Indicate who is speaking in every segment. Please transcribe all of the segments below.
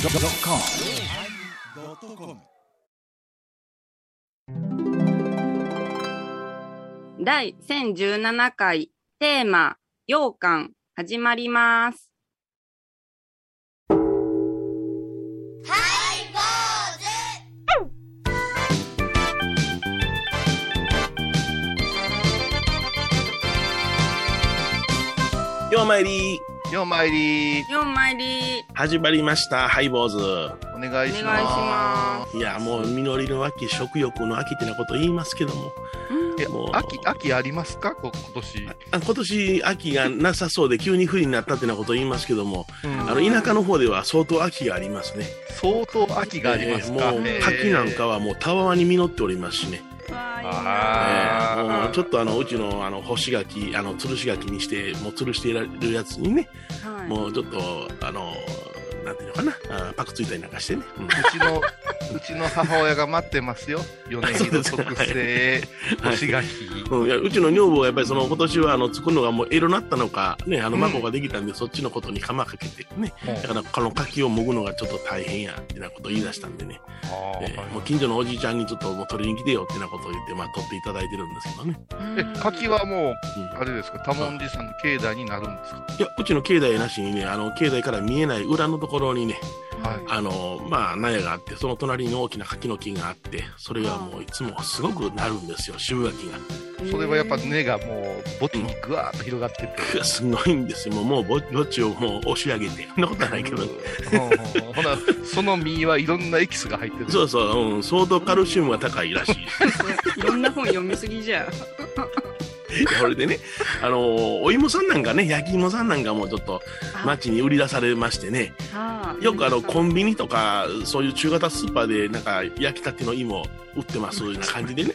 Speaker 1: yosmir
Speaker 2: 第1017回テーマ「羊羹」始まります。
Speaker 3: ようまいり
Speaker 4: ようまいり
Speaker 2: 4枚入り
Speaker 3: 始まりましたハイボーズ
Speaker 4: お願いし
Speaker 2: お願いしま
Speaker 4: ま
Speaker 3: いやもう実りの秋食欲の秋ってなこと言いますけども
Speaker 2: うん
Speaker 4: す。え
Speaker 3: もう、
Speaker 4: 秋、秋ありますかこ今年。
Speaker 3: あ今年秋がなさそうで急に冬になったってなこと言いますけども
Speaker 4: うん
Speaker 3: あの田舎の方では相当秋がありますね
Speaker 4: 相当秋がありますか
Speaker 3: えーもう
Speaker 2: え
Speaker 3: 柿なんかはもうたわわに実っておりますしね、
Speaker 2: うわいいな
Speaker 4: あー
Speaker 3: えーもうちょっとあのうちのあの干し柿あの吊るし柿にしてもう吊るしていられるやつにね
Speaker 2: はい
Speaker 3: もうちょっとあのなんていうのかなあーパクついたりなんかしてね、うん
Speaker 4: うちの、うちの母親が待ってますよ。米
Speaker 3: そう
Speaker 4: 木
Speaker 3: で
Speaker 4: の
Speaker 3: すか
Speaker 4: 特製、
Speaker 3: はい
Speaker 4: 干し柿。
Speaker 3: うん、いやうちの女房はやっぱりその今年はあの作るのがもうエロになったのか、ね、あの
Speaker 4: うん
Speaker 3: 孫ができたんで、そっちのことに釜かけてね、だからこの柿をもぐのがちょっと大変やってなことを言い出したんでね、
Speaker 4: あー
Speaker 3: えーもう近所のおじいちゃんにちょっともう取りに来てよってなことを言って、まあ、取っていただいてるんですけどね、
Speaker 2: うん
Speaker 4: え、柿はもう、
Speaker 3: うん
Speaker 4: あれですか、多文字さんの境内になるんですか
Speaker 3: いやうちの境内なしにねあの境内から見えない裏のところにね
Speaker 4: はい
Speaker 3: あのまあ納屋があってその隣に大きな柿の木があってそれがもういつもすごくなるんですよ渋柿が
Speaker 4: それはやっぱ根がもう、ボテにぐわーっと広がってて。
Speaker 3: くすごいんですよもうもうぼぼっちをもう押し上げてそんなことはないけど
Speaker 4: うんほな、その実はいろんなエキスが入ってる。
Speaker 3: そうそう、うん、相当カルシウムが高いらしい。
Speaker 2: いろんな本読みすぎじゃん。
Speaker 3: それで ね、あのーお芋さんなんかね、焼き芋さんなんかもちょっと街に売り出さ れましてね、
Speaker 2: あ
Speaker 3: よくあの、コ
Speaker 2: ン
Speaker 3: ンビニとか、そういう中型スーパーで、なんか、焼きたての芋売ってます、ような感じでね、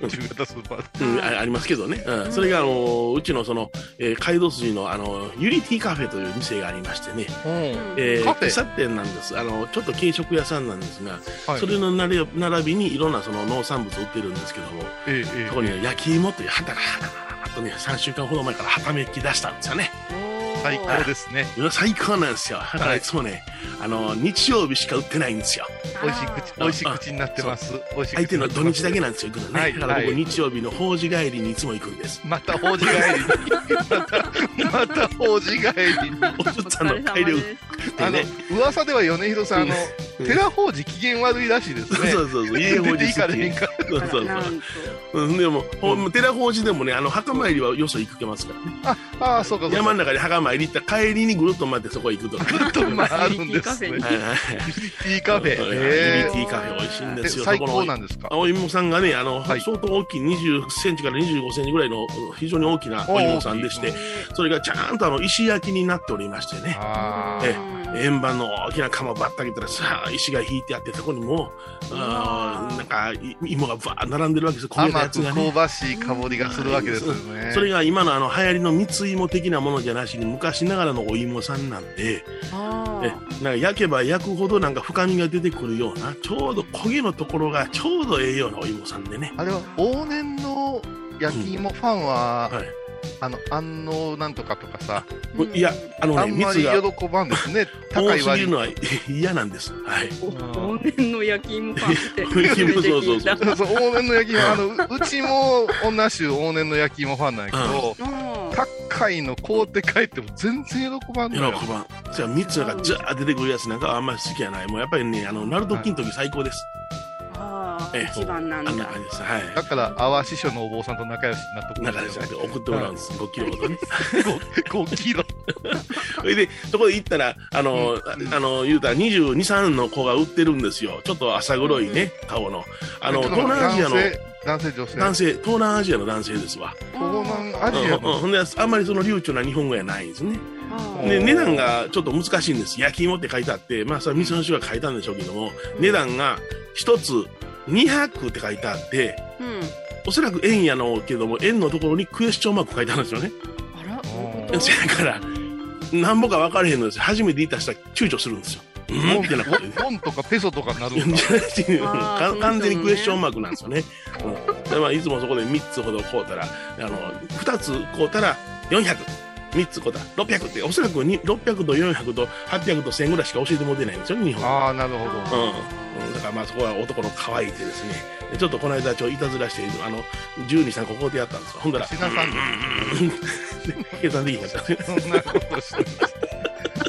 Speaker 4: 中型スーパー。
Speaker 3: うん、あありますけどね。うん、それが、あのーうちのその、えー街道筋の、あのーユリティカフェという店がありましてね、
Speaker 4: うん
Speaker 3: えー
Speaker 4: カフェ
Speaker 3: 喫茶店なんです。あの、ちょっと軽食屋さんなんですが、
Speaker 4: はい
Speaker 3: それの並び並びにいろんなその農産物売ってるんですけども、
Speaker 4: ええええ
Speaker 3: そこにね焼き芋という旗が、あとね、3週間ほど前からはためき出したんですよね。
Speaker 4: 最
Speaker 3: あ
Speaker 4: 高ですね。
Speaker 3: うわ最高なんですよ。だから
Speaker 4: はい
Speaker 3: いつもね、あの、日曜日しか売ってないんですよ。
Speaker 4: 美味しい口、美味しい口になってます。美味しい口になってま
Speaker 3: 相
Speaker 4: す。
Speaker 3: 手の土日だけなんですよ、行くのね。
Speaker 4: はい
Speaker 3: だから僕、
Speaker 4: はい
Speaker 3: 日曜日の法事帰りにいつも行くんです。
Speaker 4: また法事帰り に。また、また法事帰りに。
Speaker 3: お父さんの大量食って
Speaker 4: あの
Speaker 3: ね。、
Speaker 4: 噂では米広さん、あの、寺法事機嫌悪いらしいです
Speaker 3: そう
Speaker 4: ね。
Speaker 3: そうそうそう、家
Speaker 4: 出
Speaker 3: 法
Speaker 4: て
Speaker 3: 事
Speaker 4: い
Speaker 3: す
Speaker 4: か
Speaker 3: るっ
Speaker 4: れ
Speaker 3: ていう
Speaker 4: へ。
Speaker 3: ん
Speaker 4: か。
Speaker 3: そうそう
Speaker 2: な
Speaker 3: そ
Speaker 2: んと
Speaker 3: う。うん、でも、ほん寺法事でもね、あの、墓参りはよそ行くけますからね。
Speaker 4: ああ、そうか、そう
Speaker 3: 山
Speaker 4: か。
Speaker 3: の中で墓参り行ったら帰りにぐるっと回ってそこへ行くとか。
Speaker 4: ちょっとまああるんですね。
Speaker 2: ユ
Speaker 4: ユ
Speaker 2: ニ
Speaker 4: ニ
Speaker 2: テ
Speaker 4: テ
Speaker 3: はいはい
Speaker 4: ィカフェ。
Speaker 3: うん
Speaker 4: え
Speaker 3: ユニティカフェ美味しいん
Speaker 4: え
Speaker 3: で
Speaker 4: です
Speaker 3: よ。
Speaker 4: 最
Speaker 3: そこ
Speaker 4: 高
Speaker 3: の
Speaker 4: なんですか。
Speaker 3: お芋さんがね、あの、
Speaker 4: はい
Speaker 3: 相当大きい20センチから25センチぐらいの非常に大きなお芋さんでし
Speaker 4: お
Speaker 3: て
Speaker 4: ー、
Speaker 3: それがちゃんとあの石焼きになっておりましてね、
Speaker 4: あ
Speaker 3: え
Speaker 4: あ。
Speaker 3: 円盤の大きな釜をばっと開けたらさ、石が引いてあって、そこにもう、あーなんかい芋がばーっと並んでるわけですよ、焦げたや
Speaker 4: 甘
Speaker 3: つ
Speaker 4: く
Speaker 3: が
Speaker 4: 香
Speaker 3: ね。
Speaker 4: ばしい香りがするわけですよね。
Speaker 3: それが今のあの流行りの蜜芋的なものじゃなしに昔ながらのお芋さんなんで、
Speaker 2: あ
Speaker 3: えなんか焼けば焼くほどなんか深みが出てくるようなちょうど焦げのところがちょうどええようなお芋さんでね、
Speaker 4: あれは往年の焼き芋ファンは、
Speaker 3: はい
Speaker 4: あの安納なんとかとかさ、
Speaker 2: ー
Speaker 3: いやあの
Speaker 4: あ
Speaker 3: ね
Speaker 4: んま
Speaker 3: 蜜
Speaker 4: り
Speaker 3: が
Speaker 4: 喜ばんですね、高
Speaker 3: 多
Speaker 4: い
Speaker 3: すぎ
Speaker 4: 割
Speaker 3: る
Speaker 4: に
Speaker 3: の。は嫌なんですはい
Speaker 2: お往年の焼き芋パンっ て
Speaker 3: 焼き芋そうそうそう
Speaker 2: 初めて聞いた
Speaker 4: そう往年の焼き芋、あのううちも女衆往年の焼き芋ファンなんやけど、
Speaker 2: うん
Speaker 4: 高いの買うて帰っても全然喜ばん
Speaker 3: 喜
Speaker 4: のよ。
Speaker 3: ばんじゃあ蜜がジャー出てくるやつなんかはあんまり好きやないもうやっぱりねあのナルト金時最高です、
Speaker 2: あ
Speaker 3: ええ
Speaker 2: ー一番な
Speaker 3: あん
Speaker 2: ん
Speaker 3: な
Speaker 2: だ
Speaker 3: 感じですはい
Speaker 4: だから、阿波師匠のお坊さんと仲良しになっとく
Speaker 3: 中でそうやって送ってもらうんです、5キロほど ね。
Speaker 4: 5, キロ。
Speaker 3: それで、そこで行ったら、あの、
Speaker 4: うん
Speaker 3: ああの、言うたら22、3の子が売ってるんですよ。ちょっと浅黒いね、顔の。あの、
Speaker 4: ちょっと
Speaker 3: 東南アジアの
Speaker 4: 男性、男性、女性。
Speaker 3: 男性、東南アジアの男性ですわ。
Speaker 4: 東南ア
Speaker 3: うん
Speaker 4: ジア
Speaker 3: うん
Speaker 4: の。
Speaker 3: ほんで、あんまりその流暢な日本語やないんですね。で、
Speaker 4: おー
Speaker 3: 値段がちょっと難しいんです。焼き芋って書いてあって、まあ、それは店の人が書いたんでしょうけども、値段が一つ200って書いてあって、
Speaker 2: うん
Speaker 3: おそらく円やのうけども、円のところにクエスチョンマーク書いてあるんですよね。
Speaker 2: あら
Speaker 4: お
Speaker 3: せやから、なんぼか分からへんのですよ。初めて行った人は躊躇するんですよ。うんってなことで。
Speaker 4: 本とかペソとかになる
Speaker 3: いや
Speaker 4: んだ。
Speaker 3: 違
Speaker 2: あ
Speaker 3: う
Speaker 2: ー
Speaker 3: 完完全にクエスチョンマークなんですよね。うんでまあ、いつもそこで3つほど買うたら、あの、2つ買うたら400。 3つ答え。600って、おそらくに600と400と800と1000ぐらいしか教えてもらってないんですよ、日本は。
Speaker 4: ああ、なるほど。
Speaker 3: うんうん、だからまあそこは男の可愛い手ですね。でちょっとこの間、ちょいたずらして、あの、十二さんここでやったんですよ。ほんだら、
Speaker 4: しなさん
Speaker 3: うんうんうんで計算できなかったね。
Speaker 4: そんなことしてない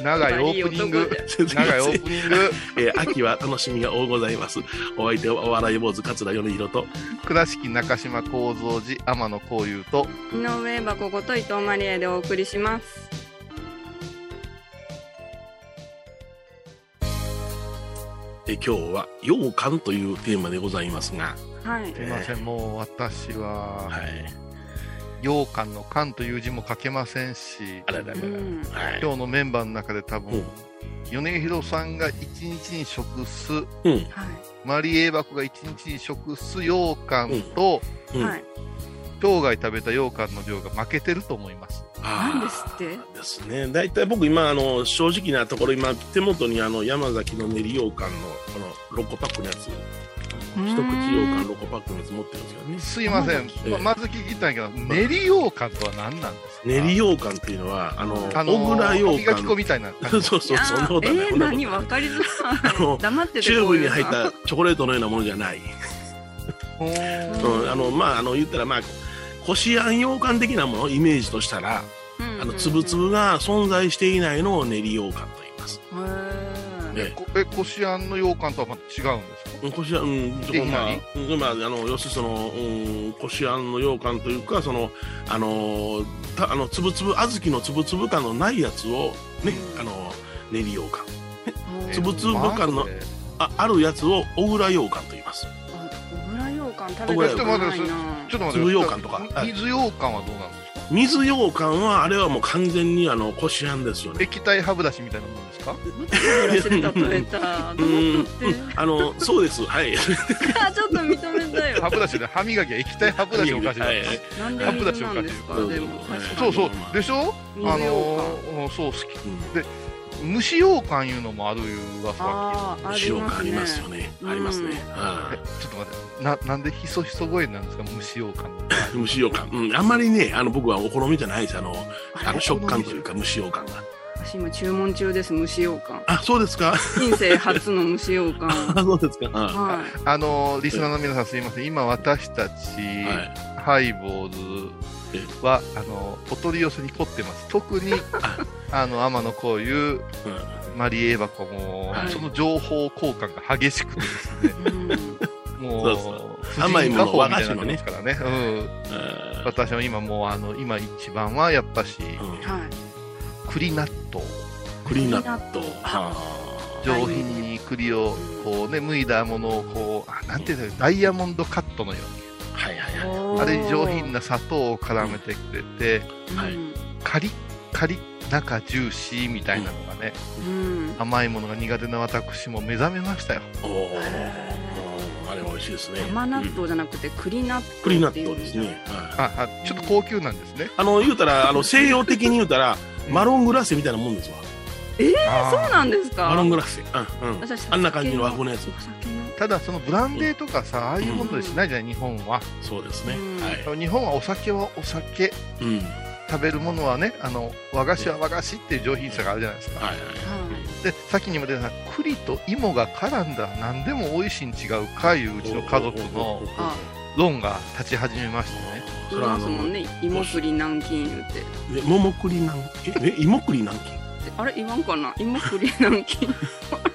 Speaker 4: 長いオープニン グ。長いオープニング。
Speaker 3: えー秋は楽しみが多ございます。お相手はお笑い坊主桂米宏と、
Speaker 4: 倉敷中島幸三寺天野幸雄と。
Speaker 2: 井上箱こと伊藤マリエでお送りします。
Speaker 3: えー今日は羊羹というテーマでございますが、
Speaker 2: はい。
Speaker 4: すいません、もう私は、
Speaker 3: はい。
Speaker 4: 羊羹の羹という字も書けませんし、
Speaker 3: あらららら。
Speaker 2: うん
Speaker 3: はい。
Speaker 4: 今日のメンバーの中で多
Speaker 3: う
Speaker 4: 分
Speaker 3: ん、
Speaker 4: 米広さんが一日に食す、
Speaker 3: う
Speaker 2: は
Speaker 3: ん。
Speaker 2: い。
Speaker 4: マリエバコが一日に食す羊羹と、
Speaker 3: うん。
Speaker 2: はい。
Speaker 4: 生涯食べた羊羹の量が負けてると思います。
Speaker 2: なんですって
Speaker 3: あーですね。大体僕今、あの、正直なところ、今、手元にあの、山崎の練り羊羹の、この、6個パックのやつ、
Speaker 2: うーん
Speaker 3: 一口羊羹6個パックのやつ持ってるんですよね。
Speaker 4: すいません、
Speaker 3: ええ
Speaker 4: ままず聞きたいけど、練り羊羹とは何なんですか
Speaker 3: 練り羊羹っていうのは、あの、
Speaker 4: あの
Speaker 3: 小倉
Speaker 4: ー、
Speaker 3: 羊
Speaker 4: 磨き粉
Speaker 3: 羹。
Speaker 4: みたいな感
Speaker 3: そう
Speaker 4: じ。
Speaker 3: そう、そんなことはない。
Speaker 2: えー、
Speaker 3: そんなこと
Speaker 2: 何わかりづらい。
Speaker 3: あの
Speaker 2: 黙ってて
Speaker 3: チューブに入っ
Speaker 2: こういう
Speaker 3: たチョコレートのようなものじゃない。
Speaker 4: ほー
Speaker 3: うん、あの、まあ、あの、言ったら、まあ、こしあん羊羹的なものをイメージとしたら、
Speaker 2: の
Speaker 3: あの、つぶつ。ぶが存在していないのを練り羊羹と言います。
Speaker 2: うんうんうんへー
Speaker 3: ええ
Speaker 4: こえ、こしあんの羊羹とはまた違うんですか
Speaker 3: うんこしあん、うん、そ
Speaker 4: え
Speaker 3: こまあ
Speaker 4: 何、
Speaker 3: うんまあ、あの、要するにその、うん、こしあんの羊羹というか、その、あの、たあの、つぶつぶ、小豆のつぶつぶ感のないやつを、ね、あの、練り羊羹。
Speaker 2: うん
Speaker 3: つぶつぶ感の
Speaker 4: えー
Speaker 3: あ、あるやつを、小倉羊羹と言います。
Speaker 2: あ小倉羊羹食べたことないな。
Speaker 4: ちょっと待って、
Speaker 3: 粒羊羹とかはい
Speaker 4: 水羊羹はどうなんですか
Speaker 3: 水羊羹は、あれはもう完全に、あの、こしあんですよね。
Speaker 4: 液体歯ブラシみたいなもんですか
Speaker 2: 食べた。黙っ
Speaker 3: うん
Speaker 2: とって。
Speaker 3: あの、そうです。 はい。
Speaker 2: あ、ちょっと認めたよ
Speaker 4: 歯。ブラシで歯磨きは液体歯ブラシおかしい。
Speaker 3: はいはい
Speaker 2: なんで水なんですか。でも
Speaker 3: はい
Speaker 2: 確か
Speaker 4: そう
Speaker 2: に
Speaker 4: そう。でしょ
Speaker 2: 水
Speaker 4: あ
Speaker 2: 羊
Speaker 4: の
Speaker 2: 羹。
Speaker 4: ー、そう、好き。
Speaker 3: うん
Speaker 4: 蒸し羊羹いうのもあるいう噂は
Speaker 2: ああ、あり
Speaker 3: 塩
Speaker 2: ま
Speaker 3: があ
Speaker 2: す
Speaker 3: り
Speaker 2: ね
Speaker 3: ま。すよね。
Speaker 2: うん
Speaker 3: ありますね。
Speaker 4: 聞い
Speaker 3: は
Speaker 4: てえちょっと待って、な、なんでひそひそ声なんですか蒸し羊羹。
Speaker 3: い。蒸し羊羹。うん。あんまりね、あの、僕はお好みじゃないです。あの、あの食感というか蒸し羊羹が。
Speaker 2: 私今注文中です。蒸し羊羹。
Speaker 3: あ、そうですか。
Speaker 2: 人生初の蒸し羊羹。
Speaker 3: あそうですか。は
Speaker 2: は
Speaker 4: あのー、リスナーの皆さんすいません。今私たち、
Speaker 3: い。はい。
Speaker 4: ハイボーズは、あのー、お取り寄せに凝ってます。特に、あの、天野こういう
Speaker 3: うん
Speaker 4: マリエーバコも、
Speaker 3: はい
Speaker 4: その情報交換が激しくてですね。
Speaker 2: い。うん
Speaker 4: も
Speaker 3: そううそう甘いもの
Speaker 4: 婦人科法みたいになってますからね。うん。
Speaker 3: あー
Speaker 4: 私は今もう、あの、今一番はやっぱし、
Speaker 3: うん
Speaker 2: はい。
Speaker 4: 栗納豆。
Speaker 3: 栗納豆。
Speaker 2: あ
Speaker 3: あ
Speaker 4: 上品に栗を、こうね、剥いだものを、こう、あなんていうんだろう、ダイヤモンドカットのよう
Speaker 3: ーはいはいはい。
Speaker 2: お
Speaker 4: に。
Speaker 2: ー
Speaker 4: あれに上品。な砂糖を絡めてくれて、
Speaker 3: はい
Speaker 2: うん
Speaker 4: カリッカリッ、中ジューシーみたいなのがね、
Speaker 2: うん。
Speaker 4: 甘いものが苦手な私も目覚めましたよ。
Speaker 3: おお。うんあれ美味しいですね。
Speaker 2: 生納豆じゃなくて栗納豆。
Speaker 3: 栗納豆ですね。。はい
Speaker 4: あ、あちょっと高級なんですね。
Speaker 3: あの、言うたら、あの、西洋的に言うたら、マロングラッセみたいなもんですわ。
Speaker 4: あー
Speaker 2: そうなんですか。
Speaker 3: マロングラッセ。うんうん。
Speaker 2: 私
Speaker 3: あんな感じの和風のやつ
Speaker 2: お酒の
Speaker 4: ただそのブランデーとかさ、ああいうものでしないじゃない、日本は。
Speaker 3: そうですね。
Speaker 2: うん
Speaker 3: は
Speaker 4: 日本はお酒はお酒、
Speaker 3: い。うん。
Speaker 4: 食べるものはね、あの和菓子は和菓子っていう上品さがあるじゃないですか。
Speaker 3: はいはい。
Speaker 2: は
Speaker 4: で、先にも出た栗と芋が絡んだら何でも美味しいに違うかいううちの家族の
Speaker 2: あ
Speaker 4: 論が立ち始めましてね。
Speaker 2: い。
Speaker 3: そ
Speaker 2: い
Speaker 3: れはあ
Speaker 2: ます
Speaker 3: の
Speaker 2: もんね。芋栗南京言うて。
Speaker 3: え桃栗なんええ芋栗なんき
Speaker 2: あれ言わんかな。芋栗南 京。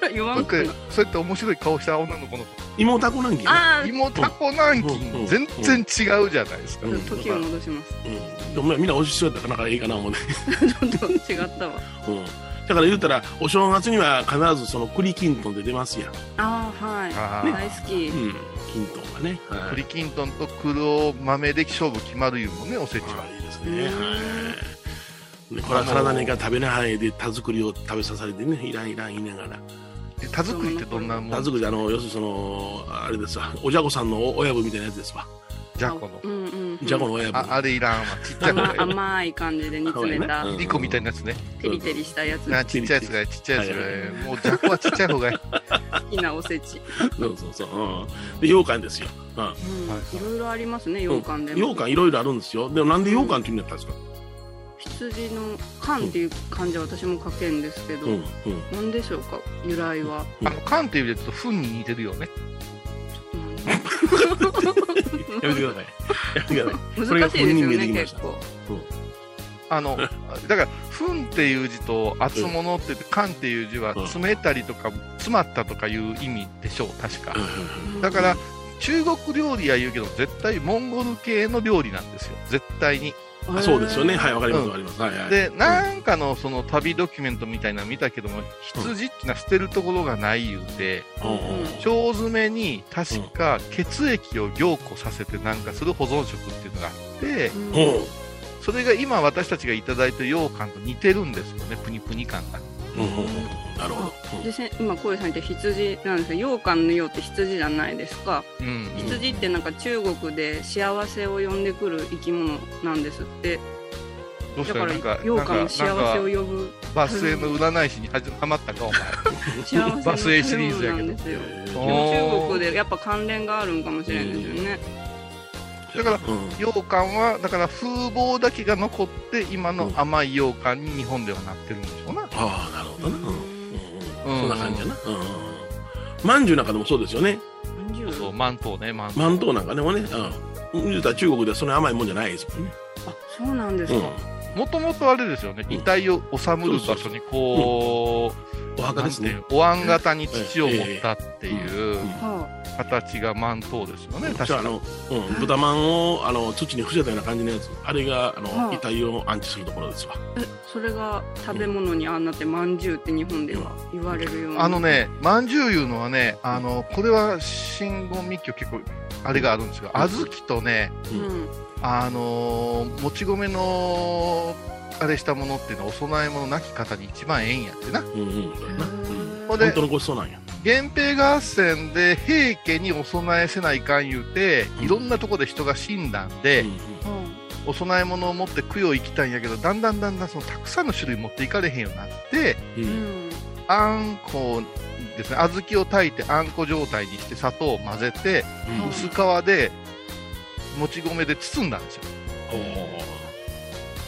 Speaker 2: あれ言わ
Speaker 4: だっ
Speaker 2: んか
Speaker 4: て
Speaker 2: な。、
Speaker 4: そうやって面白い顔した女の子の
Speaker 3: 芋タコなんき
Speaker 2: ああ。
Speaker 4: 芋タコ南
Speaker 3: うんうん
Speaker 4: 京、全然違うじゃないですか
Speaker 3: う。ん
Speaker 2: 時を戻します。
Speaker 3: うん、でもみんな美味しそうやったからなんかいいかな思うね、
Speaker 2: ちょっと違ったわ。
Speaker 3: うん、だから言うたらお正月には必ずその栗きんとんで出ますやん、
Speaker 2: ああはい。
Speaker 4: あー
Speaker 2: 大好き
Speaker 3: う。ん、きんとんがね、はい、
Speaker 4: 栗きんとんと黒豆で勝負決まるいうもんね、おせちは。
Speaker 3: はいいいです
Speaker 2: う
Speaker 3: ね、
Speaker 2: ん
Speaker 3: はい、でこれは体にが食べないで田作りを食べさされてねいらんいらん言いながら
Speaker 4: え田作りってどんなも
Speaker 3: 田
Speaker 4: ん
Speaker 3: 作りあの要するにそのあれですわおじゃこさんのお親分みたいなやつですわ
Speaker 4: じゃこの
Speaker 2: う。んうん。
Speaker 3: じゃこの親分
Speaker 4: ああれいらんわ。ちっちゃい
Speaker 2: 甘
Speaker 4: 子が。
Speaker 2: 甘い感じで煮詰めた
Speaker 3: うん
Speaker 4: リコみたいなやつね。
Speaker 2: テリテリしたやつ
Speaker 4: あちっちゃいやつがいいちっちゃいやつがいい
Speaker 2: はいはい
Speaker 4: もうじゃこはちっちゃい方がいい。
Speaker 2: 好きなおせち。
Speaker 3: そうそうそう、うん、で羊羹ですよ、うん、
Speaker 2: うん
Speaker 4: はい
Speaker 2: いろいろありますね、羊羹でも。
Speaker 3: 羊羹いろいろあるんですよでもなんで羊羹って意味だったんですか
Speaker 2: 一筋の漢っていう漢字は私も書けんですけど、
Speaker 3: うんうん
Speaker 2: なんでしょうか由来は。
Speaker 3: うん
Speaker 4: あの、缶っていうよりはちょっとフンに似てるよね。
Speaker 3: やめてください やめてくださいこれが
Speaker 2: 難しいですよ
Speaker 3: 本人で
Speaker 2: ね
Speaker 3: できまし
Speaker 2: 結
Speaker 3: た
Speaker 2: 構。
Speaker 4: あの、だから、フンっていう字と、厚物って言って、缶っていう字は、
Speaker 3: うん
Speaker 4: 詰めたりとか、詰まったとかいう意味でしょう、確か
Speaker 3: うん。
Speaker 4: だから、中国料理や言うけど、絶対モンゴル系の料理なんですよ、絶対に。
Speaker 3: うんそうですよねはい
Speaker 2: い。
Speaker 3: わかります
Speaker 4: うん
Speaker 3: わかりますはいはい
Speaker 4: で、なんかのその旅ドキュメントみたいなの見たけども、羊ってのは捨てるところがない言うて、
Speaker 3: うんうんうん
Speaker 4: 腸詰めに確か血液を凝固させてなんかする保存食っていうのがあって、
Speaker 3: うん
Speaker 4: それが今私たちがいただいてる羊羹と似てるんですよね、プニプニ感が。
Speaker 3: うんうんうんなるほど
Speaker 2: でせ今小江さん言った羊なんですけど羊羹の羊って羊じゃないですか
Speaker 4: うん
Speaker 2: 羊ってなんか中国で幸せを呼んでくる生き物なんですって
Speaker 4: どうし
Speaker 2: だ
Speaker 4: た
Speaker 2: からら
Speaker 4: なんか、
Speaker 2: 羊羹の幸せを
Speaker 4: なんか
Speaker 2: 呼ぶ
Speaker 4: バスへの占い師にはまったか、お前。
Speaker 2: 幸
Speaker 4: バス
Speaker 2: せ
Speaker 4: へ
Speaker 2: の
Speaker 4: シリーズや
Speaker 2: な
Speaker 4: け
Speaker 2: ん
Speaker 4: ど
Speaker 2: ですよ
Speaker 3: うん
Speaker 2: で
Speaker 4: お
Speaker 2: も
Speaker 4: ー
Speaker 2: 中国でやっぱ関連があるんかもしれないですよね
Speaker 4: だから
Speaker 3: うん
Speaker 4: 羊羹は、だから風貌だけが残って、今の甘い羊羹に日本ではなってるんでしょうな。
Speaker 3: ああなるほどなうんうんうん
Speaker 4: う
Speaker 3: そ
Speaker 4: ん
Speaker 3: んな感じやなうんうんうんまんじゅうなんかでもそうですよね
Speaker 2: 30
Speaker 4: そう、マントウね、マントウ。
Speaker 3: まんとうなんかでもねうん言うたら中国ではそんな甘いもんじゃないですもんね
Speaker 2: あそうなんです
Speaker 3: う
Speaker 2: か、
Speaker 3: ん
Speaker 4: もともとあれですよね、
Speaker 3: うん
Speaker 4: 遺体を納める場所にこ
Speaker 3: お
Speaker 4: う、
Speaker 3: 墓
Speaker 4: な
Speaker 3: で
Speaker 4: んて
Speaker 3: す
Speaker 4: い
Speaker 3: ね
Speaker 4: うお椀型に土を盛ったってい
Speaker 3: う
Speaker 4: う
Speaker 3: ん
Speaker 2: は
Speaker 4: 形がマントウですよね、確
Speaker 3: じゃああ
Speaker 4: か
Speaker 3: の、うん、豚まんをあの土に伏せたような感じのやつあれがあの、
Speaker 2: はい
Speaker 3: 遺体を安置するところですわ
Speaker 2: あ、えそれが食べ物にあんなってまんじゅうって日本では言われるように
Speaker 4: あのね、まんじゅういうのはね、あの、これは新言密教結構、あれがあるんですが、
Speaker 3: うん
Speaker 4: 小豆とね、
Speaker 2: うん、
Speaker 4: あのーもち米の、あれしたものっていうのはお供え物なき方に一番ええんやってな。
Speaker 3: うんうんだよなうん
Speaker 4: ほん
Speaker 3: 本
Speaker 4: で
Speaker 3: 当、のごちそうなんや
Speaker 4: 源平合戦で平家にお供えせないかん言うて、
Speaker 3: うん
Speaker 4: いろんなとこで人が死んだんで、
Speaker 3: うん
Speaker 4: お供え物を持って供養行きたいんやけどだんだんだんだんそのたくさんの種類持っていかれへんようになって
Speaker 2: う
Speaker 3: う
Speaker 2: ん
Speaker 3: ん
Speaker 4: あんこですね小豆を炊いてあんこ状態にして砂糖を混ぜて
Speaker 3: うん
Speaker 4: 薄皮でもち米で包んだんですよ
Speaker 3: おー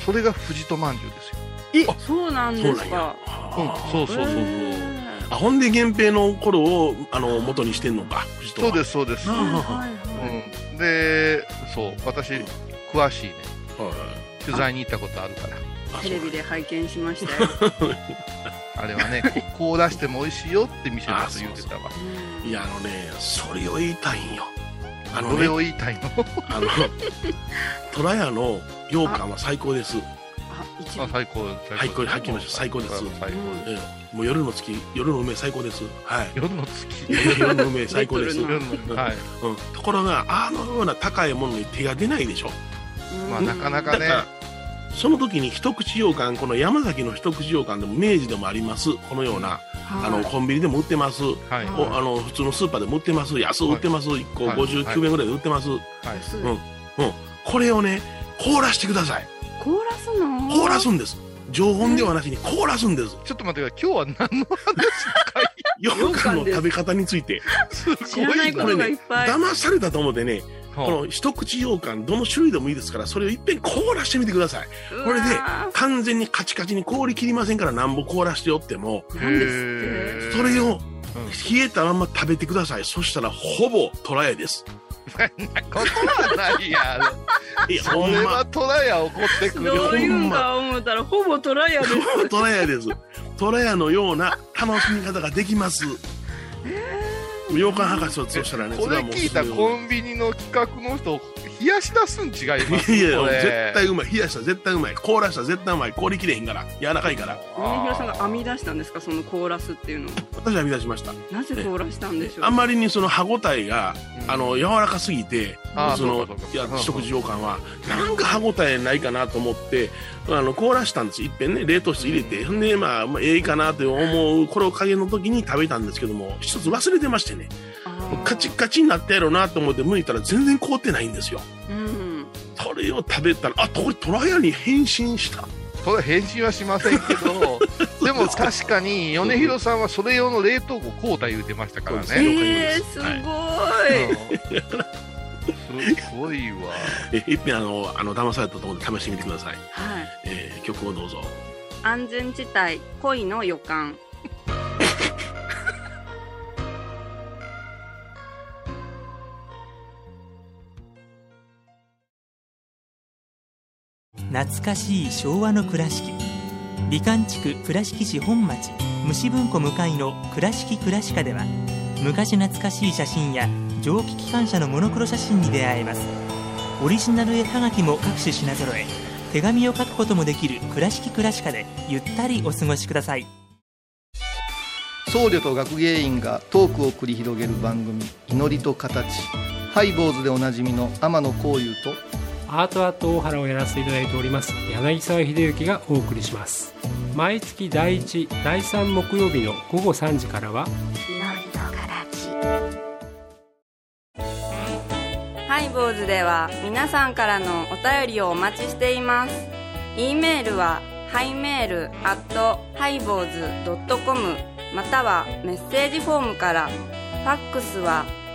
Speaker 4: それが藤戸まんじゅうですよ、
Speaker 2: えそうなん
Speaker 3: そ
Speaker 2: で
Speaker 3: う
Speaker 2: す
Speaker 3: なんや
Speaker 2: か
Speaker 3: あー
Speaker 4: うんそうそうそうそう
Speaker 2: へー
Speaker 3: あほんで源平の頃をあの元にしてんのか藤戸、
Speaker 4: そうですすそうです、
Speaker 3: うん
Speaker 2: はいはいはい
Speaker 4: うん、でそう私詳しいね
Speaker 3: はいはい
Speaker 4: 取材に行ったことあるから
Speaker 3: あ
Speaker 2: テレビで拝見しましたよ。
Speaker 4: あれ はねこう出しても美味しいよって店だと言ってたわ
Speaker 3: いやあのねそれを言いたいんよあの
Speaker 4: どれ
Speaker 3: ね
Speaker 4: を言いたいの
Speaker 3: あの 虎屋の羊羹は最高です
Speaker 2: あ、一
Speaker 4: あ
Speaker 2: 番。
Speaker 4: 最高
Speaker 3: はいこれ入ってきました最高です
Speaker 4: 最高です
Speaker 3: ええもう夜の月夜の梅最高ですはい
Speaker 4: 夜の月
Speaker 3: 夜の梅最高です
Speaker 2: レトロな
Speaker 4: 夜のはい
Speaker 3: うん、ところがあのような高いものに手が出ないでしょ
Speaker 4: まあなかな
Speaker 3: だ
Speaker 4: か
Speaker 3: か
Speaker 4: ね
Speaker 3: らその時に一口羊羹この山崎の一口羊羹でも明治でもありますこのような、あ
Speaker 2: は
Speaker 3: の
Speaker 2: い
Speaker 3: コンビニでも売ってます、
Speaker 4: はい
Speaker 2: うん
Speaker 3: おあの普通のスーパーでも売ってます安売ってます、1個
Speaker 4: はい
Speaker 3: 59円ぐらいで売ってます、
Speaker 4: はい
Speaker 2: 安い
Speaker 3: うんこれをね凍らしてください
Speaker 2: 凍らすの。
Speaker 3: 凍らす。んです常温ではなしに凍らすんです
Speaker 4: ちょっと待ってください今日は何の話か
Speaker 3: 羊羹の
Speaker 2: です
Speaker 3: 食べ方について
Speaker 4: い
Speaker 2: 知らないことがいっぱい。
Speaker 3: 騙されたと思ってねこ
Speaker 4: は
Speaker 3: の一口羊羹どの種類でもいいですからそれをいっぺん凍らしてみてくださいこれで完全にカチカチに凍りきりませんからなんぼ凍らしておっても
Speaker 2: で。なんです
Speaker 4: へ
Speaker 2: っ
Speaker 4: ー
Speaker 3: それを
Speaker 4: うん
Speaker 3: 冷えたまま食べてくださいそしたらほぼトラヤ です
Speaker 4: そんなことはないやろ
Speaker 3: いやほん
Speaker 4: 俺
Speaker 3: ま
Speaker 4: はトラヤ怒って
Speaker 2: て。
Speaker 4: くる
Speaker 2: ど
Speaker 4: よ
Speaker 2: ういうんか思ったら、ほぼトライアル。
Speaker 3: ほぼトラヤですトラヤのような楽しみ方ができます洋館博士をそうしたらね
Speaker 4: こ
Speaker 3: それ
Speaker 4: れ
Speaker 3: はもう
Speaker 4: 聞いた
Speaker 3: すぐ
Speaker 4: コンビニの企画の人冷やし出すん違います
Speaker 3: いやいや
Speaker 4: これ
Speaker 3: 絶対うまい冷やしたら絶対うまい凍らしたら絶対うまい凍りきれへんから柔らかいから
Speaker 2: 米広さんが編み出したんですか、その凍らすっていうのを。
Speaker 3: 私は見出しました
Speaker 2: なぜ凍らしたんでしょう。
Speaker 3: あんまりにその歯ごたえが
Speaker 4: うん
Speaker 3: あの柔らかすぎて
Speaker 4: あー
Speaker 3: そ
Speaker 4: そ
Speaker 3: の
Speaker 4: うかそうか
Speaker 3: いや
Speaker 4: うんうん
Speaker 3: 食事羊羹はなんか歯ごたえないかなと思ってあの凍らしたんですいっぺんね冷凍室入れてほんでまあまあええかなと思う頃加減の時に食べたんですけども一つ忘れてましてね
Speaker 2: あー。
Speaker 3: カチカチになったやろうなと思って剥いたら全然凍ってないんですよ
Speaker 2: うん。
Speaker 3: それを食べたらあこれトラヤに変身した
Speaker 4: それは返信はしませんけ どでも確かに米広さんはそれ用の冷凍庫買うた言うてましたから
Speaker 3: そうです
Speaker 4: ね
Speaker 2: ええ、すごい。
Speaker 4: うんすすごいわ。
Speaker 3: え一品あのあの騙されたところで試してみてください、
Speaker 2: はい。
Speaker 3: えー曲をどうぞ
Speaker 2: 安全地帯、恋の予感。
Speaker 1: 懐かしい昭和の倉敷美観地区倉敷市本町虫文庫向かいの「倉敷倉敷科」では昔懐かしい写真や蒸気機関車のモノクロ写真に出会えますオリジナル絵はがきも各種品揃え手紙を書くこともできる「倉敷倉敷科」でゆったりお過ごしください
Speaker 5: 僧侶と学芸員がトークを繰り広げる番組「祈りと形」ハイ坊主でおなじみの天野幸雄と
Speaker 6: アートアート大原をやらせていただいております柳沢秀幸がお送りします毎月第1第3木曜日の午後3時からは
Speaker 2: ハイボーズでは皆さんからのお便りをお待ちしています。e メールはハイメールアットハイボーズドットコムまたはメッセージフォームから。ファックスは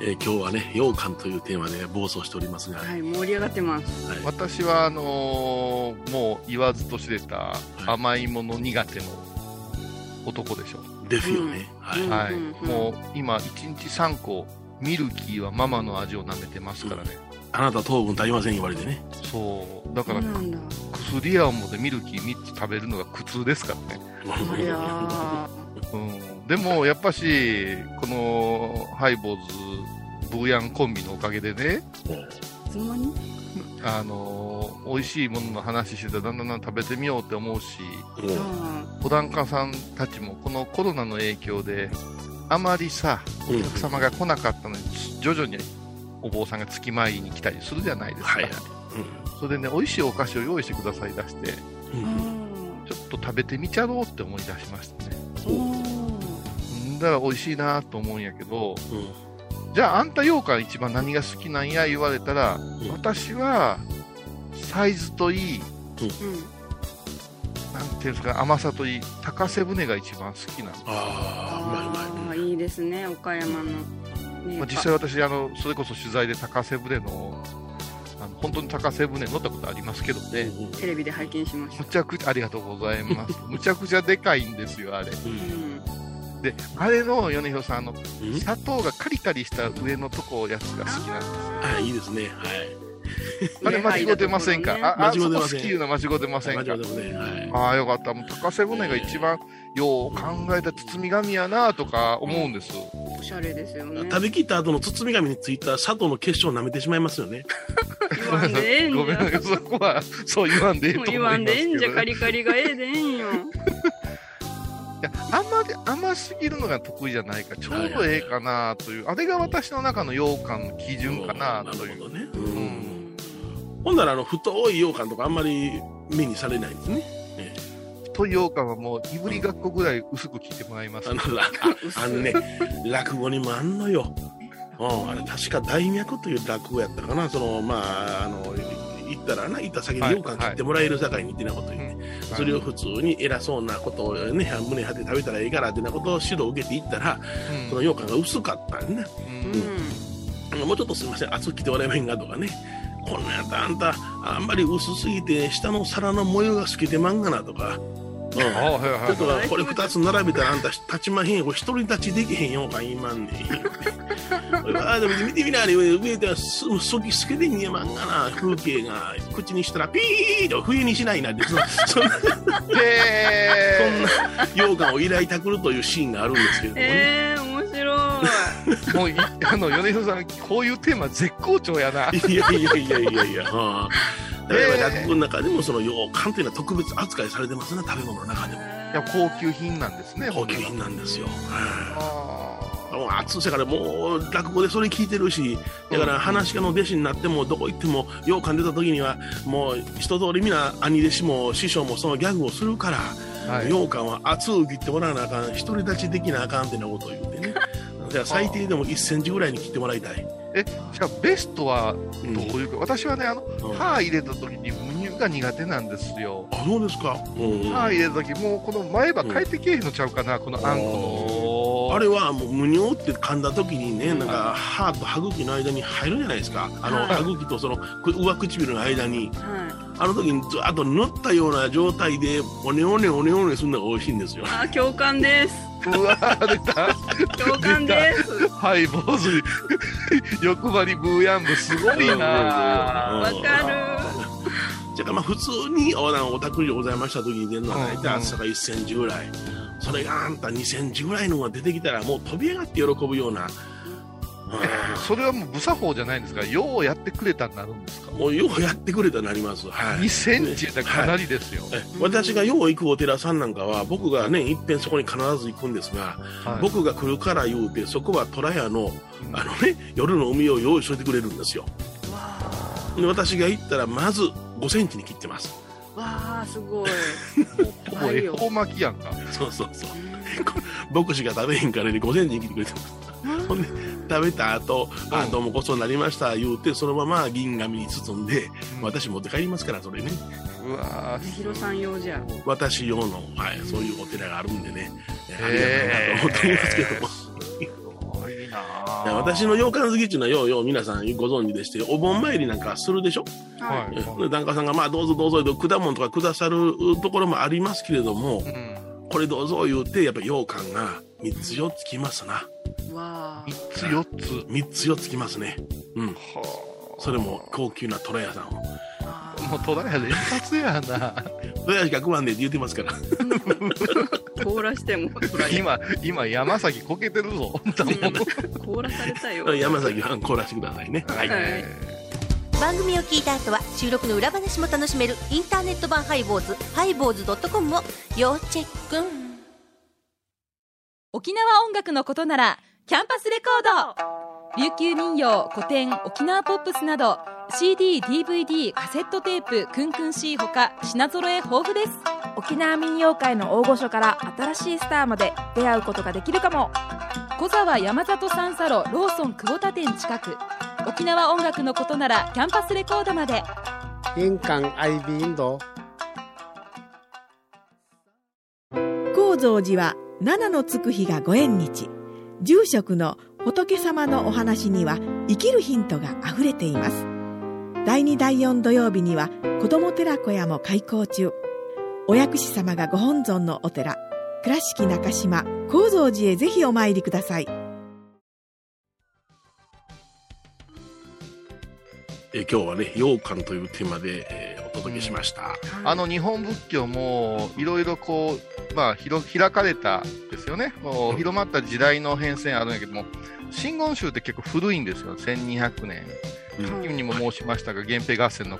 Speaker 3: えー今日はね羊羹というテーマで暴走しておりますが、
Speaker 2: はい、盛り上がってます。
Speaker 3: はい
Speaker 4: 私は、あのーもう言わずと知れた甘いもの苦手の男でしょ。
Speaker 3: ですよね、はい、
Speaker 2: うん
Speaker 4: はい。
Speaker 2: うんうん
Speaker 4: もう今、1日3個、ミルキーはママの味を舐めてますからね。
Speaker 3: あなた糖分足りません言われてね
Speaker 4: そう。だ
Speaker 2: そ
Speaker 4: か
Speaker 2: う
Speaker 4: ら、
Speaker 2: なんだ。
Speaker 4: 薬や思ってミルキー3つ食べるのが苦痛ですからね。
Speaker 2: そりゃ
Speaker 4: うん、でもやっぱしこのハイボーズブーヤンコンビのおかげでね、
Speaker 2: ー、いつもに。
Speaker 4: あのー美味しいものの話してたらだんだんだんだん食べてみようって思うし
Speaker 3: もう
Speaker 4: お団家さんたちもこのコロナの影響であまりさ
Speaker 3: うん
Speaker 4: お客様が来なかったのに徐々にお坊さんが付きまいに来たりするじゃないですか、
Speaker 3: はいはい
Speaker 4: それでね美味しいお菓子を用意してください出してち
Speaker 3: うん
Speaker 2: う
Speaker 3: うん
Speaker 2: ん。
Speaker 4: ょっと食べてみちゃろうって思い出しましたね
Speaker 2: おー
Speaker 4: うんだから美味しいなと思うんやけど
Speaker 3: うん
Speaker 4: じゃああんた羊羹一番何が好きなんや言われたら、
Speaker 3: ん
Speaker 4: 私はサイズといい
Speaker 2: うん。
Speaker 4: なんていうんですか甘さといい高瀬舟が一番好きなの、
Speaker 3: ああうまいうま
Speaker 2: あーいいですね、岡山の。ね
Speaker 4: まあ、実際私あのそれこそ取材で高瀬舟のあの本当に高瀬舟に乗ったことありますけど
Speaker 3: い
Speaker 4: ね
Speaker 3: うん
Speaker 2: テレビで拝見しました。
Speaker 4: むちゃくちゃありがとうございますむちゃくちゃでかいんですよあれであれの米広さんあの
Speaker 3: うんうん
Speaker 4: 砂糖がカリカリした上のとこやつが好きなんです
Speaker 3: はいいいですねはい
Speaker 4: あれ間違ってませんか、ああそ
Speaker 3: 間違
Speaker 4: こ
Speaker 3: うてま
Speaker 4: 好
Speaker 3: せん
Speaker 4: きいうの間違ってません
Speaker 3: ま
Speaker 4: か
Speaker 3: あでもねはい
Speaker 4: ああよかった、もう高瀬舟が一番よう考えた包み紙やなとか思うんです、
Speaker 2: おしゃれですよね。
Speaker 3: 食べきった後の包み紙についた砂糖の結晶を舐めてしまいますよね。
Speaker 2: 言わんでええんじゃ。
Speaker 4: ごめんなさい、そこはそう言わんでええと
Speaker 2: もう
Speaker 4: 思い
Speaker 2: 言
Speaker 4: ま
Speaker 2: わ
Speaker 4: す
Speaker 2: ん
Speaker 4: け
Speaker 2: で
Speaker 4: ど、
Speaker 2: ええんじゃ、カリカリがええでええんよ。
Speaker 4: いや甘で甘すぎるのが得意じゃないか、ちょうどええかなという、あれが私の中の羊羹の基準かなという
Speaker 3: るほ、どね。
Speaker 4: う
Speaker 3: うん
Speaker 4: ん
Speaker 3: ほんならあの太い羊羹とかあんまり目にされないんですね。
Speaker 4: 太い羊羹はもう、いぶりがっこぐらい薄く切ってもらいます、
Speaker 3: あのああのね落語にもあんのよ。うん、あれ確か大脈という落語やったかな。そのまああの行ったらな行った先で
Speaker 4: はい
Speaker 3: 羊羹切ってもらえる境にってなこと言って、それを普通に偉そうなことをね胸張って食べたらええからってなことを指導を受けていったら、
Speaker 4: うん
Speaker 3: その羊羹が薄かったんね。
Speaker 4: うん
Speaker 3: もうちょっとすみません、熱く来てもらえまへんかとかね、こんなんやったらあんた、あんまり薄すぎて、下の皿の模様が透けてまんがなとか、うん、ち
Speaker 4: ああはいはいは
Speaker 3: ょ
Speaker 4: い
Speaker 3: っとこれ2つ並べたらあんた立ちまへんよ、これ一人立ちできへんようか、今ねん。ああ、でも見てみな、あれ、上ではすすき透けて見えまんがな、風景が、口にしたらピーッと冬にしないなって、そのそんな、そん
Speaker 4: で
Speaker 3: な羊羹を依頼たくるというシーンがあるんですけれどもね。
Speaker 2: ええ、面白い。
Speaker 4: もういあの米広さん、こういうテーマ、絶好調やな。
Speaker 3: いやいやいやいやいや、 はあ、だから落語の中でもその羊羹というのは特別扱いされてますね食べ物の中でも
Speaker 4: いや高級品なんですね
Speaker 3: 高級品なんですよ、はあ、
Speaker 4: あ
Speaker 3: もう暑いからもう落語でそれ聞いてるしだから話し家の弟子になってもどこ行ってもようかん出た時にはもう一通り皆兄弟子も師匠もそのギャグをするから。
Speaker 4: はい
Speaker 3: 羊羹は熱う切ってもらわなあかん独り立ちできなあかんってなことを言ってねだから最低でも1センチぐらいに切ってもらいたい、
Speaker 4: じゃあベストは
Speaker 3: う
Speaker 4: どうんいうか、私はねあの
Speaker 3: うん
Speaker 4: 歯入れた時に無乳が苦手なんですよ
Speaker 3: あそうですか、うんうん
Speaker 4: 歯入れた時もうこの前歯変えてけえへんのちゃうかなこのあんこの
Speaker 3: あれはもう無尿って噛んだ時にねなんか歯と歯茎の間に入るじゃないですかあの
Speaker 2: はい
Speaker 3: 歯茎とそのく上唇の間に
Speaker 2: はい。
Speaker 3: あの時にずっと塗ったような状態でおねおねおねおねするのが美味しいんですよ
Speaker 2: あ、共感です。
Speaker 4: うわー出た
Speaker 2: 共感です。
Speaker 4: はい、坊主に 欲張りブーヤンブすごいな
Speaker 2: わ
Speaker 4: あ
Speaker 2: かる。
Speaker 3: じゃあまあ普通におお宅にございました時に出るのは大体厚さが1センチぐらい、それがあんた2センチぐらいのが出てきたらもう飛び上がって喜ぶような、
Speaker 4: それはもう無作法じゃないんですかようやってくれたになるんですか
Speaker 3: うんもうようやってくれたなりますはい
Speaker 4: 2センチだからかなりですよ、
Speaker 3: え私がよう行くお寺さんなんかは僕がねいっぺんそこに必ず行くんですが、
Speaker 4: はい
Speaker 3: 僕が来るから言うてそこは虎屋のあの、ね、夜の海を用意しといてくれるんですよで私が行ったらまず5センチに切ってます
Speaker 2: わあ、すごい。
Speaker 4: もうほぼ恵方巻きやんか
Speaker 3: そうそうそう牧師が食べへんからね5センチに切ってくれてますほんで食べた後あどうもごちそうになりました言うてそのまま銀紙に包んで私持って帰りますからそれね
Speaker 4: うわー
Speaker 2: ひろさん用じゃん。
Speaker 3: 私用の、はい、そういうお寺があるんでね、ありが
Speaker 4: え
Speaker 3: たいなと思っておりますけども。
Speaker 4: すごいなあ
Speaker 3: いや私の洋館好きっていうのはようよう皆さんご存知でしてお盆参りなんかするでしょ、
Speaker 4: は
Speaker 3: う
Speaker 4: い、
Speaker 3: んで檀家さんがまあどうぞどうぞと果物とかくださるところもありますけれども
Speaker 4: うん、
Speaker 3: これどうぞ言うてやっぱ洋館が3つ4つきますな
Speaker 2: わあ。
Speaker 4: 3つ4つ
Speaker 3: 3つ4つきますねうん
Speaker 4: は
Speaker 3: それも高級な虎屋さんを
Speaker 4: あもうトラヤ連発やな
Speaker 3: 虎屋しか食わんでって言ってますから
Speaker 2: 凍らして も。
Speaker 4: 今今山崎こけてるぞ
Speaker 2: 凍らされたよ。
Speaker 3: 山崎はこうらしてくださいねはい、
Speaker 2: はい
Speaker 7: 番組を聞いた後は収録の裏話も楽しめるインターネット版ハイボーズハイボーズドットコムを要チェック
Speaker 8: 沖縄音楽のことならキャンパスレコード琉球民謡古典沖縄ポップスなど CDDVD カセットテープクンクン C ほか品揃え豊富です
Speaker 9: 沖縄民謡界の大御所から新しいスターまで出会うことができるかも
Speaker 8: 小沢山里三佐路ローソン久保田店近く沖縄音楽のことならキャンパスレコードまで
Speaker 10: 玄関アイビーインド
Speaker 11: 高蔵寺は七のつく日がご縁日住職の仏様のお話には生きるヒントがあふれています第2第4土曜日には子ども寺小屋も開校中お薬師様がご本尊のお寺倉敷中島・高蔵寺へぜひお参りください
Speaker 3: え今日はね洋館というテーマで、えーお届けしました、
Speaker 4: あの日本仏教もいろいろこう、まあ、広開かれたですよね、こう広まった時代の変遷あるんやけども、真言宗って結構古いんですよ、1200年。
Speaker 3: うん
Speaker 4: 君にも申しましたが、源平合戦の、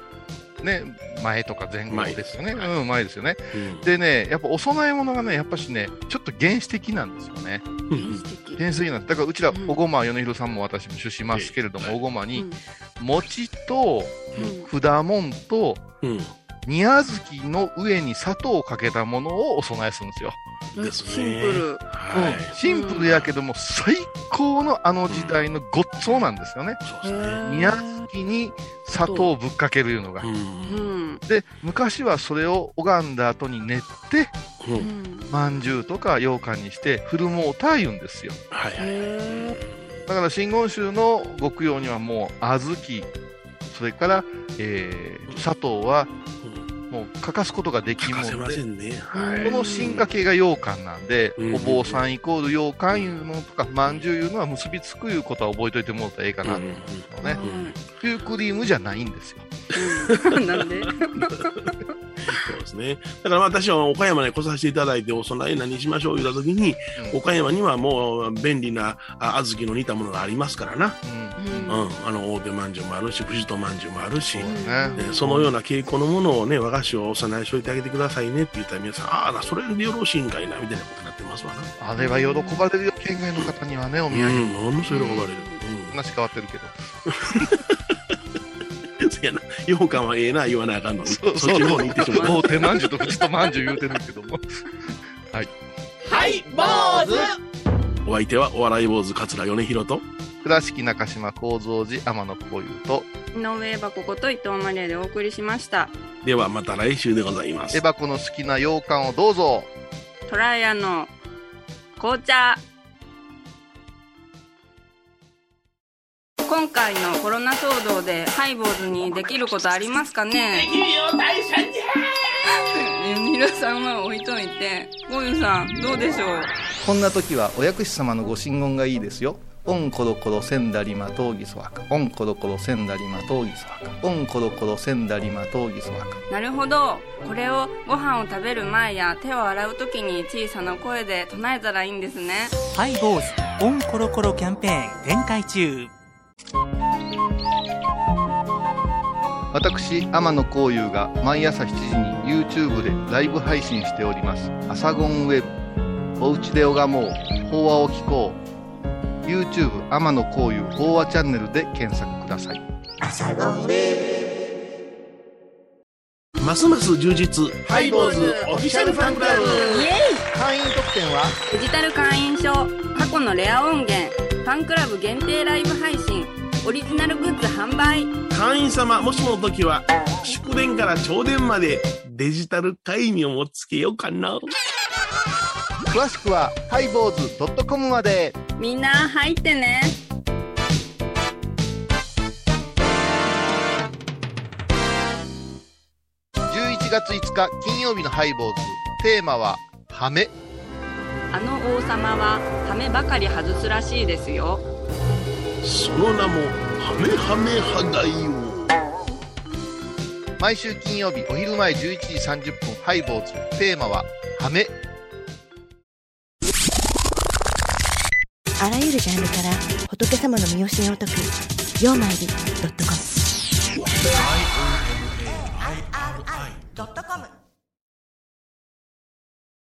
Speaker 4: ね、前とか前後ですよね、
Speaker 3: 前
Speaker 4: うん、前ですよね。
Speaker 3: うん
Speaker 4: でね、やっぱお供え物がね、やっぱしね、ちょっと原始的なんですよね。
Speaker 3: うん
Speaker 4: 原始的なんですだからうちら、
Speaker 2: うん
Speaker 4: おごま、米広さんも私も出しますけれども、おごま
Speaker 2: う
Speaker 4: に
Speaker 2: ん、
Speaker 4: 餅と
Speaker 2: うん
Speaker 4: 果物と、
Speaker 3: うん
Speaker 4: 煮小豆の上に砂糖をかけたものをお供えするんですよ。
Speaker 3: うんですね
Speaker 2: シンプル。
Speaker 3: はい、
Speaker 4: シンプルやけども、最高のあの時代のごっつおなんですよね。
Speaker 3: そう
Speaker 2: へ
Speaker 3: ですね、
Speaker 4: 煮小豆に砂糖をぶっかけるいうのが
Speaker 3: う。ん
Speaker 2: うん。
Speaker 4: で、昔はそれを拝んだ後に練って、
Speaker 3: うん
Speaker 2: うん。
Speaker 4: まんじゅうとか羊羹にして、振る舞うたいうんですよ。
Speaker 3: はいはい
Speaker 2: へ
Speaker 4: だから、真言宗の極用にはもう、小豆、それから、えー砂糖は、もう欠かすことができ
Speaker 3: 欠
Speaker 4: んも
Speaker 3: か
Speaker 4: ん
Speaker 3: せませ。
Speaker 4: で
Speaker 3: んねは
Speaker 4: こ
Speaker 3: い
Speaker 4: の進化系が羊羹なんで、
Speaker 3: うん
Speaker 4: お坊さんイコール羊羹いうのとか、まんじゅういうのは結びつくいうことは覚えといてもらったらええかなと思うんです けどね。シュークリームじゃないんですよ。
Speaker 2: うんなんで。
Speaker 3: そうですね。だから私は岡山に来させていただいて、お供え何しましょう言ったときに、岡山にはもう便利なあ小豆の煮たものがありますからな。うん、あの大手まんじゅうもあるし、藤戸まんじゅうもあるし、ねそのような傾向のものをね、和菓子をお供えしといてあげてくださいねって言ったら皆さん、ああ、それでよろしいんかいな、みたいなことになってますわな。
Speaker 4: あれは喜ばれるよ、県外の方にはね、お土産。
Speaker 3: うん、ものすごい喜ばれる。
Speaker 4: 話変わってるけど。
Speaker 3: そうやな、羊羹はええな、言わなあかんのに。そ
Speaker 4: そう
Speaker 3: っちの方に行ってし まう。
Speaker 4: 大手まんじゅうと藤戸まんじゅう言うてるけども。はい。
Speaker 12: はい坊主
Speaker 3: お相手はお笑い坊主桂米広と
Speaker 4: 倉敷中島幸三寺天野幸雄と
Speaker 2: 井上はここと伊藤マリアでお送りしました
Speaker 3: ではまた来週でございます
Speaker 4: エバコの好きな羊羹をどうぞ
Speaker 2: トライアの紅茶今回のコロナ騒動でハイボーズにできることありますかね
Speaker 12: 大神に
Speaker 2: え皆さんは置いといてゴユさんどうでしょう
Speaker 5: こんな時はお薬師様のご神言がいいですよ。オンコロコロセンダリマトウギソワカ。オンコロコロセンダリマトウギソワカ。オンコロコロセンダリマトウギソワカ。
Speaker 2: なるほどこれをご飯を食べる前や手を洗う時に小さな声で唱えたらいいんですね
Speaker 1: ハイボーズオンコロコロキャンペーン展開中
Speaker 5: 私、天野幸雄が毎朝7時に YouTube でライブ配信しております。アサゴンウェブ。おうちで拝もう。法話を聞こう。YouTube 天野幸雄法話チャンネルで検索ください。
Speaker 3: ますます充実
Speaker 12: ハイボーズオフィシャルファンクラブ
Speaker 2: イエイ
Speaker 12: 会員特典は
Speaker 2: デジタル会員証過去のレア音源ファンクラブ限定ライブ配信オリジナルグッズ販売
Speaker 3: 会員様もしもの時は祝電から朝電までデジタル会員をつけようかな
Speaker 5: 詳しくはハイボーズ .com まで
Speaker 2: みんな入ってね
Speaker 4: 11月5日金曜日のハイボーズテーマは「ハメ
Speaker 2: あの王様はハメばかり外すらしいですよ
Speaker 3: その名もハメハメハガイを」
Speaker 4: 毎週金曜日お昼前11時30分ハイボーズテーマは「ハメ
Speaker 13: あらゆるジャンルから仏様の身教えを解く「曜マイり .com」
Speaker 12: 「